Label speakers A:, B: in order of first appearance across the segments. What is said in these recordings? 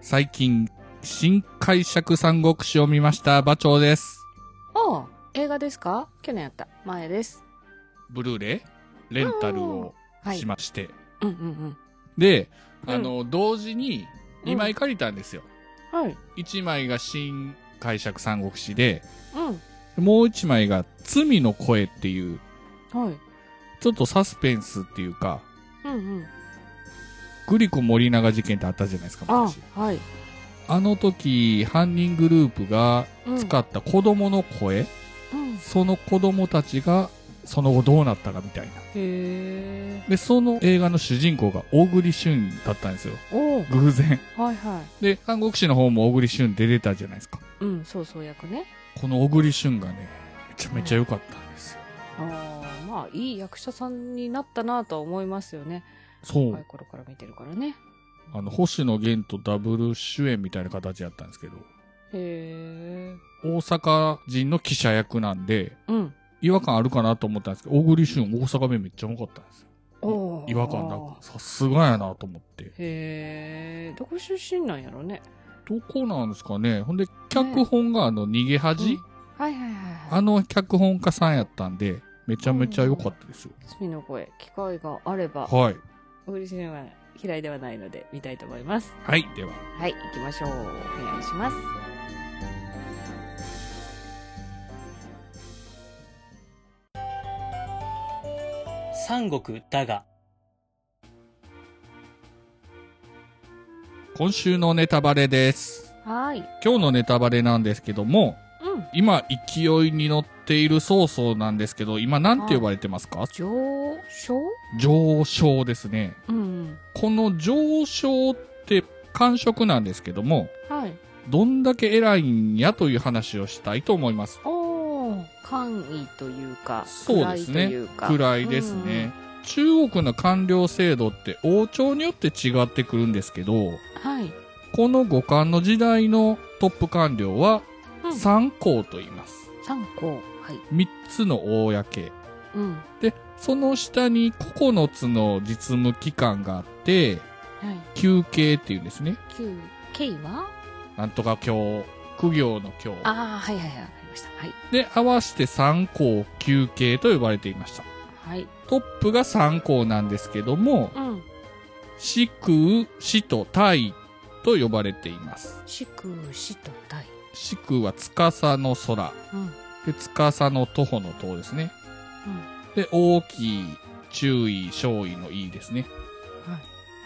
A: 最近、新解釈三国志を見ました、馬長です。
B: おう映画ですか去年やった。前です。
A: ブルーレイレンタルを
B: はい。
A: しまして。
B: うんうん
A: で、
B: うん
A: あの、同時に2枚借りたんですよ。
B: うん。はい。
A: 1枚が新解釈三国志で、
B: う
A: もう1枚が罪の声っていう、
B: ん。はい。
A: ちょっとサスペンスっていうか、
B: うんうん。
A: グリコ森永事件ってあったじゃないですか、
B: あ
A: 昔。、
B: はい。
A: あの時、犯人グループが
B: うん
A: 使った子供の声、
B: うん。へ
A: その子供たちがその後どうなったかみたいな。
B: え。
A: で、その映画の主人公が小栗旬だったんですよ。
B: おう
A: 偶然。
B: はいは
A: で、韓国史の方も小栗旬出てたじゃないですか。
B: い。うん、そうそう役ね。
A: この小栗旬がね、めちゃめちゃ良かったんですよ。
B: ああ、まあ、いい役者さんになったなとは思いますよね。
A: そう。
B: 若い頃から見てるからね。
A: あの、星野源とダブル主演みたいな形やったんですけど、
B: へえ。
A: 大阪人の記者役なんで、
B: うん。
A: 違和感あるかなと思ったんですけど、小栗旬大阪弁めっちゃ良かったんですよ。
B: おう
A: 違和感なく、さすがやなと思って。
B: へえ。どこ出身なんやろね。
A: どこなんですかねほんで、脚本があの、逃げ恥、
B: うんはいはいはいは
A: あの脚本家さんやったんで、めちゃめちゃ良かったですよ。
B: い。罪の声、機会があれば、
A: はい。
B: 小栗旬は嫌いではないので、見たいと思います。
A: はい、では。
B: はい、行きましょう。お願いします。
C: 三国だが
A: 今週のネタバレです。
B: はーい。
A: 今日のネタバレなんですけども、
B: うん。
A: 今勢いに乗っている曹操なんですけど、今なんて呼ばれてますか
B: 上昇
A: 上昇ですね。
B: うんうん。
A: この上昇って感触なんですけども、
B: はい。
A: どんだけ偉いんやという話をしたいと思います。
B: おー。官位というか、
A: そうです
B: 位
A: ね
B: という。か。
A: 位ですね。中国の官僚制度って王朝によって違ってくるんですけど、
B: うんうん。はい。
A: この五冠の時代のトップ官僚は
B: うん
A: 三公と言います。
B: 三項。はい。
A: 三つの公。
B: うん。
A: で、その下に9つの実務機関があって、
B: はい。
A: 休憩っていうんですね。
B: 九、K は
A: なんとか教、苦行の教。
B: ああ、はいはいはい。わかりました。はい。
A: で、合わせて三公休憩と呼ばれていました。
B: はい。
A: トップが三公なんですけども、
B: うん。
A: 四空、四と大と呼ばれています。
B: 四空、四と大。
A: 四空は司の空。
B: うん。うん。
A: で、司の徒歩の塔ですね。で、大きい、注意、少尉のいですね。
B: は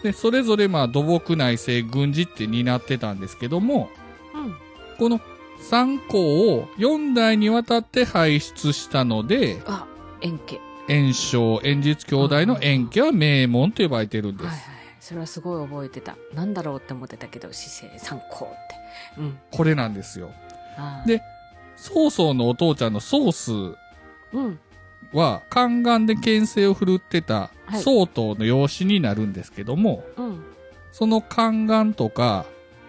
B: い。
A: で、それぞれまあ土木内政、軍事って担ってたんですけども、
B: うん。
A: この三項を4代にわたって輩出したので、
B: あ、円形。
A: 炎章、炎実兄弟の炎家は名門と呼ばれてるんで
B: はいはい
A: す。。
B: それはすごい覚えてた。なんだろうって思ってたけど、姿勢三項って。うん。
A: これなんですよ。
B: あー
A: で曹操のお父ちゃんの曹操
B: うん。
A: は、宦官で牽制を振るってた
B: はい
A: 曹統の養子になるんですけども、
B: うん。
A: その宦官とか、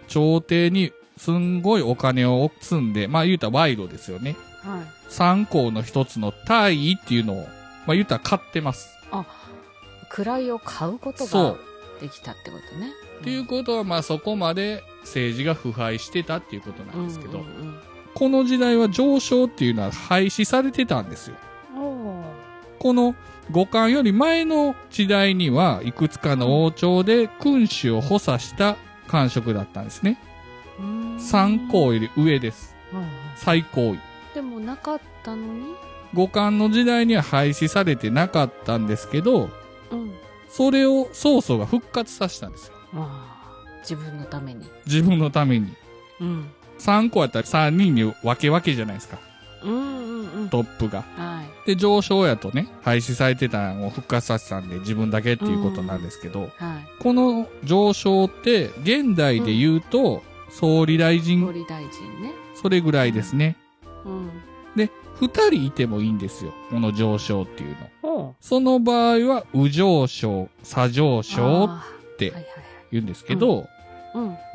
A: 朝廷にすんごいお金を積んで、まあ言うたら賄賂ですよね。
B: はい。
A: 三項の一つの大位っていうのを、まあ言うたら買ってます。
B: 位を買うこと
A: そう
B: ができたってことね。
A: っていうことは、まあそこまで政治が腐敗してたっていうことなんですけど、
B: うんうん
A: この時代は上昇っていうのは廃止されてたんですよ。
B: うんおー
A: この五冠より前の時代にはいくつかの王朝で君主を補佐した官職だったんですね。
B: うーん
A: 三皇より上です。
B: うんうん
A: 最高位。
B: でもなかったのに、
A: 五冠の時代には廃止されてなかったんですけど、
B: うん。
A: それを曹操が復活させたんですよ。
B: まあ、自分のために。
A: 自分のために。
B: うん。
A: 三個やったら三人に分け分けじゃないですか。
B: うんうんうん。
A: トップが。
B: はい。
A: で、上昇やとね、廃止されてたのを復活させたんで自分だけっていうことなんですけど、
B: はい。
A: この上昇って、現代で言うと、総理大
B: 総
A: 臣、
B: 理大臣ね。
A: それぐらいですね。
B: うん。
A: で、二人いてもいいんですよ。この上昇っていうの。
B: ほ
A: その場合は、右上昇、左上
B: う。
A: 昇っ
B: あー
A: て
B: はいはい
A: 言うんですけど、
B: はい。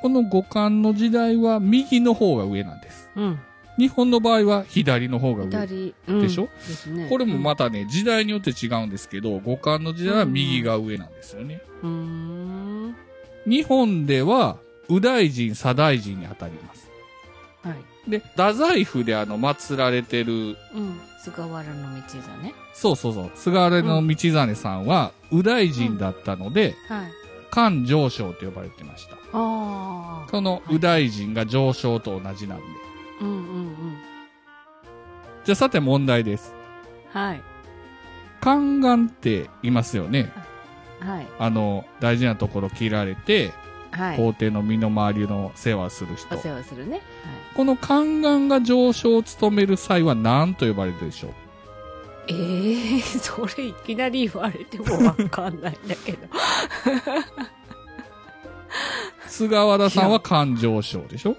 A: この五冠の時代は右の方が上なんです。
B: うん。
A: 日本の場合は左の方が
B: うん。
A: 上。
B: 左。うん
A: でしょ
B: ですね。
A: これもまたね、時代によって違うんですけど、五冠の時代は右が上なんですよね。
B: うん。うーん。
A: 日本では右大臣、左大臣に当たります。
B: はい。
A: で、太宰府であの、祀られてる、
B: うん。菅原の道だね。
A: そうそうそう、菅原の道真さんは、右大臣だったので、
B: はい。
A: 漢上将と呼ばれてました。
B: ああ。
A: その右大臣が上将と同じなんで。
B: うんうんうん。
A: じゃあさて問題です。
B: はい。
A: 宦官っていますよね。
B: はい。
A: あの、大事なところ切られて、
B: はい。
A: 皇帝の身の回りの世話する人
B: お。世話するね。
A: この宦官が上昇を務める際は何と呼ばれるでしょう
B: はい。ええー、 それいきなり言われてもわかんないんだけ ど。
A: 菅原さんは官上昇でしょ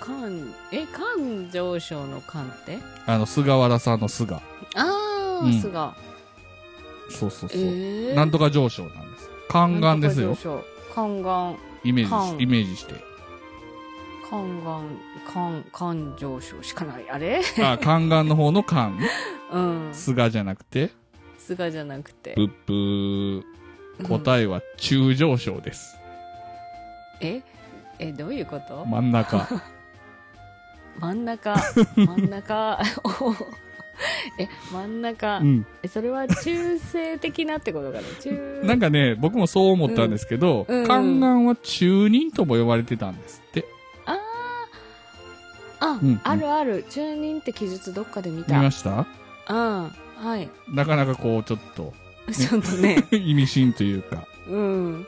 B: 官、え、官上昇の官って
A: あの、菅原さんの菅。
B: ああ、
A: うん
B: 菅。
A: そうそうそう。
B: ええー。
A: なんとか上昇なんです。宦官です
B: な
A: よ
B: んと。か上昇。宦官、
A: イメージし
B: 官
A: イメージして。
B: 宦官、官、官上昇しかない。あれ
A: あ、宦官の方の官。
B: うん。
A: 菅じゃなくて、
B: 菅じゃなくて
A: ブ。ッブー。
B: え、
A: 答えは中上昇です。
B: ええ、どういうこと
A: 真ん 中。
B: 真ん 中、真ん中、 おえ、真ん中
A: う、ん。
B: えそれは中性的なってことかな中、
A: なんかね、僕もそう思ったんですけど、
B: うんうん
A: 宦官は中人とも呼ばれてたんですって。
B: ああ、あ、
A: うん
B: あるある、中人って記述どっかで見
A: 見
B: た。
A: ました
B: うん、はい。
A: なかなかこう、ちょっと、
B: ちょっとね、
A: 意味深というか、
B: うん。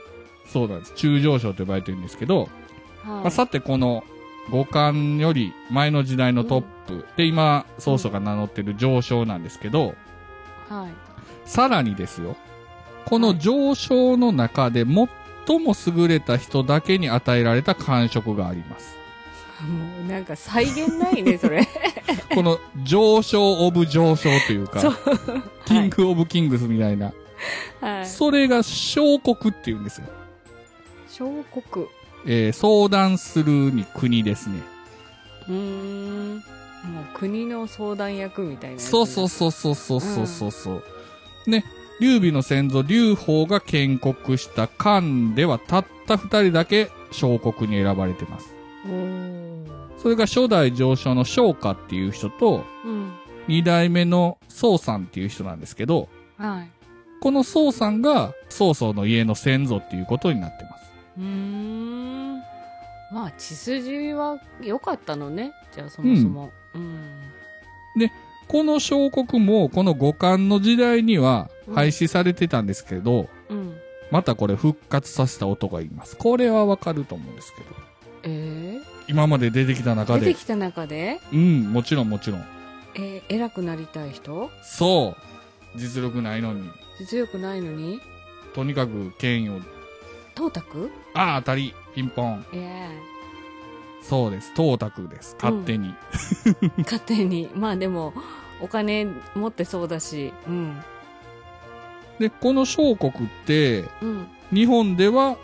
A: そうなんです。中上昇と呼ばれてるんですけど、ま
B: は
A: あ、さてこの五冠より前の時代のトップ、で今曹操が名乗ってる上昇なんですけど、
B: い。はい。
A: さらにですよ、この上昇の中で最も優れた人だけに与えられた官職があります。
B: もうなんか再現な いね、それ。
A: この上昇オブ上昇というか、
B: そう。
A: キングオブキングスみたいな、
B: はい。
A: それが小国っていうんですよ。
B: 小国。
A: えー相談するに国ですね。
B: うーん。もう国の相談役みたいなやつ。
A: そうそうそうそうそうそうそうそう、ね劉備の先祖劉邦が建国した漢ではたった二人だけ小国に選ばれてます
B: おー
A: それが初代上昇の昇華っていう人と
B: うん。
A: 二代目の曹さんっていう人なんですけど
B: はい。
A: この曹さんが曹操の家の先祖っていうことになってます
B: うーん。まあ、血筋は良かったのね。じゃあ、そもそも。うん。
A: この小国もこの五冠の時代には廃止されてたんですけど、
B: うん。
A: またこれ復活させた男がいますこれはわかると思うんですけど
B: え
A: 今まで出てきた
B: ー、
A: 中
B: 出て
A: で。
B: きた中で、
A: うん、もちろんもちろん。
B: えー、偉くなりたい人
A: そう。実力ないのに。
B: 実力ないのに
A: とにかく権威を、
B: 董卓
A: ああ、当たり、ピンポン。
B: ええ
A: そうです。董卓です。勝手に。
B: 勝手に。まあでも、お金持ってそうだし、うん。
A: で、この小国って、
B: うん。
A: 日本では、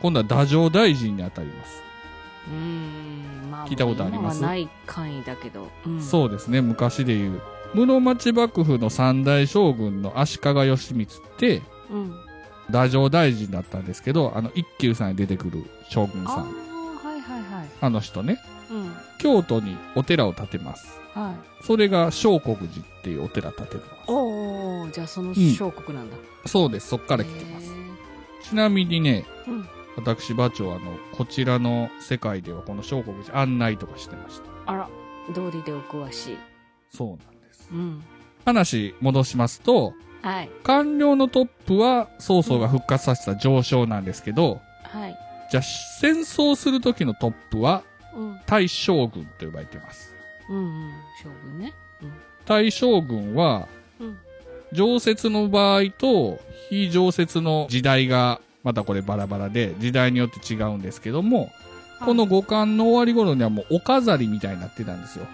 A: 今度は太政大臣に当たります。
B: うーん。まあ、
A: 聞いたことあります
B: 今はない簡易だけど。うん、
A: そうですね、昔で言う。室町幕府の三大将軍の足利義満って、
B: う。うん。
A: 太政大臣だったんですけど、あの、一休さんに出てくる将軍さ
B: あ
A: ん。
B: あ、はいはいはい。
A: あの人ね。
B: うん。
A: 京都にお寺を建てます。
B: はい。
A: それが小国寺っていうお寺建ててま
B: おー、じゃあその小国なんだ。
A: す。そうです。そっから来てます。ちなみにね、
B: えーうん。
A: 私馬長はあの、こちらの世界ではこの小国寺案内とかしてました。
B: あら、道理でお詳しい。
A: そうなんです。
B: うん。
A: 話戻しますと、
B: はい。
A: 官僚のトップは曹操が復活させた上昇なんですけど、
B: はい。
A: じゃあ戦争する時のトップは
B: うん。
A: 大将軍と呼ばれています。
B: うんうん。将軍ね。
A: 大将軍は
B: うん。
A: 常設の場合と非常設の時代がまたこれバラバラで時代によって違うんですけどもこの五冠の終わり頃にはもうお飾りみたいになってたんですよ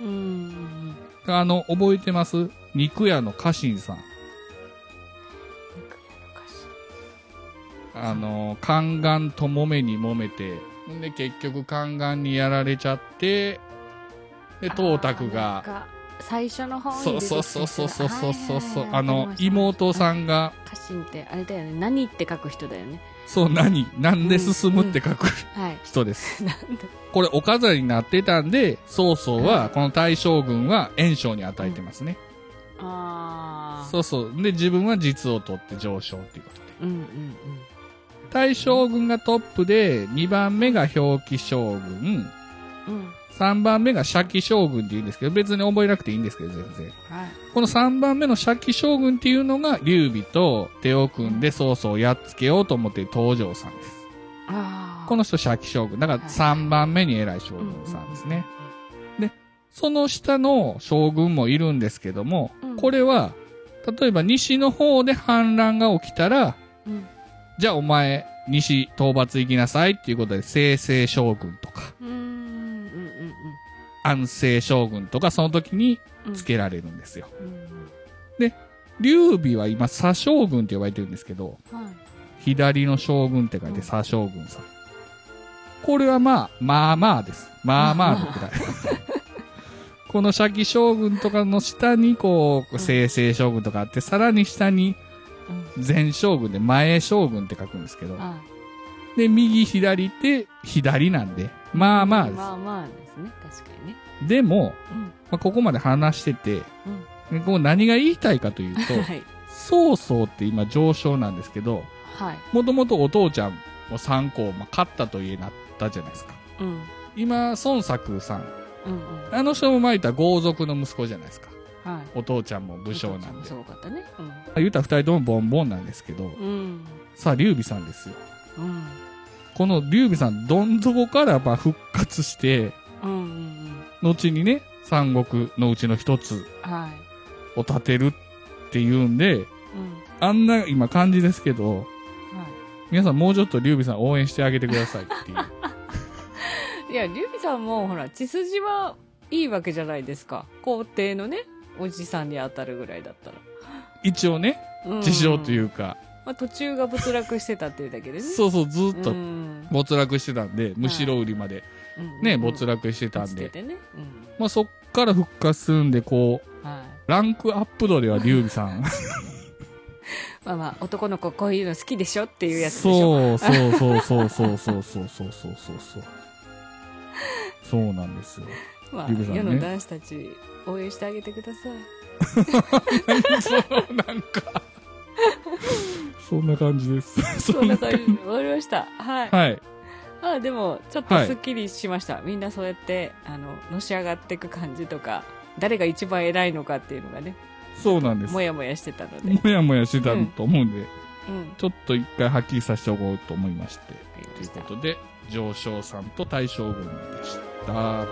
B: うんうん。
A: あの覚えてます肉屋の家臣さんあの宦官ともめにもめてで結局宦官にやられちゃってで董卓が
B: が。最初の方に出
A: そう
B: てきた
A: そう
B: 人
A: そうそうそうそうそう
B: はいはいはい
A: あ
B: わかり
A: の
B: ました
A: 妹さんが
B: 家臣ってあれだよね何って書く人だよね
A: そう、何なんで進むって書く
B: はい。
A: 人です。
B: なんだ。
A: これ、お飾りになってたんで、曹操は、この大将軍は袁紹に与えてますね。
B: ああ。
A: そうそう。で、自分は実を取って上昇っていうことで。
B: うんうんうん。
A: 大将軍がトップで、2番目が表記将軍、
B: うん。
A: 3番目が社記将軍って言うんですけど、別に覚えなくていいんですけど、全然。
B: はい。
A: この3番目の社記将軍っていうのが、劉備と手を組んで曹操をやっつけようと思っている東条さんです。
B: ああ。
A: この人、社記将軍。だから
B: はい
A: 3番目に偉い将軍さんですね。その下の将軍もいるんですけども、
B: うん
A: これは、例えば西の方で反乱が起きたら、
B: うんうん
A: じゃあお前、西討伐行きなさいっていうことで、清政将軍とか、
B: うん。うんうんうん
A: 安政将軍とか、その時に
B: うん。
A: つけられるんですよ。
B: うんうん
A: 劉備は今、左将軍って呼ばれてるんですけど、
B: うん。はい。
A: 左の将軍って書いて
B: うん
A: 左将軍さん。これはまあ、まあまあです。まあまあのくらい。 この社記将軍とかの下にこう、
B: ん
A: 清政将軍とかあって、さらに下に
B: うん。
A: 前将軍で前将軍って書くんですけど、
B: あ
A: で、右左って左なんで、まあま
B: あ。ま
A: あ
B: あまあですね。確かにね。
A: です。でも、
B: うん
A: まあ、ここまで話してて、
B: うん。
A: でこう何が言いたいかというと、
B: はい。
A: 曹操って今上昇なんですけど、
B: はい。
A: もともとお父ちゃんを3個、まあ、勝ったと言えなったじゃないですか。
B: うん。
A: 今、孫作さん。
B: うんうん。
A: あの人も前言ったら豪族の息子じゃないですか。
B: はい。
A: お父ちゃんも武将な
B: お
A: ん
B: 父
A: で
B: さ。もすごかったね。
A: 言うたら二人ともボンボンなんですけど、
B: うん。うん。
A: さあ、劉備さんですよ。
B: うん。
A: この劉備さん、どん底からまあ復活して、
B: うんうんうん。
A: 後にね、三国のうちの一つ
B: は
A: を立てるっていうんで、
B: い。うん。
A: あんな今感じですけど、
B: は
A: 皆さんもうちょっと劉備さん応援してあげてくださいって いう。
B: い。いや、劉備さんも、ほら、血筋はいいわけじゃないですか。皇帝のね、おじさんに当たるぐらいだったら。
A: 一応ね、
B: うん
A: 事情というか、
B: まあ、途中が没落してたっていうだけでね。
A: そうそう、ず
B: う
A: ーっと
B: ん。
A: 没落してたんで、むしろ売りまで
B: うん
A: ね、没落してたん
B: 落ちて
A: で、
B: てね。
A: まあそっから復活するんで、こう、
B: うん。はい。
A: ランクアップ度では劉備さん。
B: まあまあ、男の子こういうの好きでしょっていうやつでしょ。
A: そうそうそうそうそうそうそうそうそうそうそう。そうなんですよ。
B: まあ、
A: 劉備さんね
B: 世の男子たち、応援してあげてください。
A: そう、なんか、そんな感じです。
B: そんな感じで終わりました。はい。
A: はい。
B: ああでもちょっとすっきりしました、みんなそうやってあののし上がっていく感じとか誰が一番偉いのかっていうのがね
A: そうなんです。
B: も
A: も
B: やもやしてたので、
A: やもやしてたと思うんで、
B: うん、
A: ちょっと一回はっきりさせておこうと思いまして。
B: あり
A: と
B: ま
A: いう
B: した
A: ことで、上昇さんと大将軍でした。
B: はい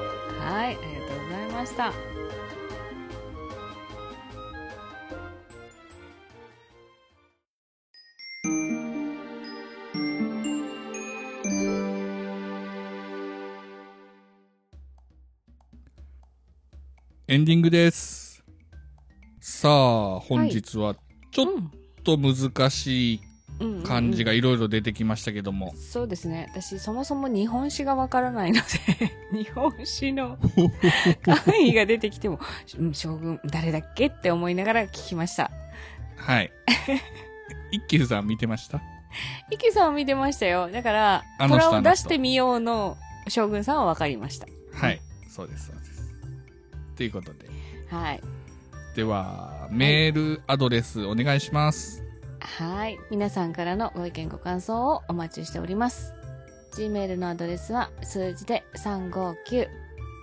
B: ありがとうございました
A: エンディングです。さあ、本日はちょっと難しい
B: うん
A: 漢字が
B: い
A: いろいろ出てきましたけども。
B: そうですね私そもそも日本史がわからないので 日本 史の範囲が出てきてもうん将軍誰だっけって思いながら聞きました
A: はい。一休さん見てました
B: 池さんを見てましたよだから
A: あの人
B: 虎
A: あの
B: を
A: 人
B: 出してみようの将軍さんはわかりました
A: はい。そうです、そうです。ということで。
B: はい
A: では、メールアドレスお願いします。
B: はい。皆さんからのご意見ご感想をお待ちしております。Gmail のアドレスは数字で359、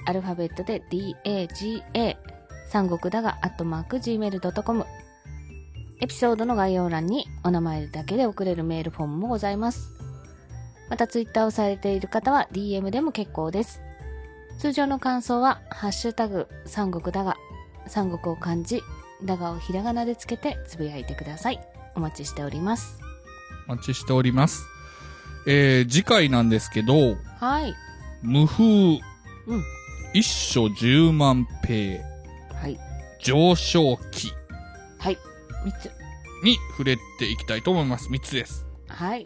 B: アルファベットで DAGA、三国だが、アットマーク Gmail.com。エピソードの概要欄にお名前だけで送れるメールフォームもございます。また Twitter をされている方は DM でも結構です。通常の感想は、ハッシュタグ、三国だが、三国を漢字、だがをひらがなでつけてつぶやいてください。お待ちしております。
A: お待ちしております。えー、次回なんですけど、
B: はい。
A: 無風、
B: うん
A: 一書十万平、
B: はい。
A: 上昇期
B: はい。三つ。
A: に触れていきたいと思います。3つです。
B: はい。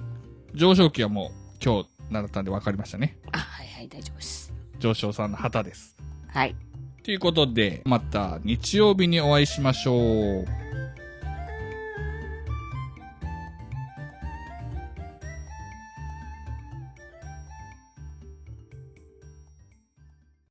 A: 上昇期はもう今日習ったんで分かりましたね。
B: あ、はいはい、大丈夫です。
A: 上昇さんの旗です。
B: はい。
A: ということで、また日曜日にお会いしましょう。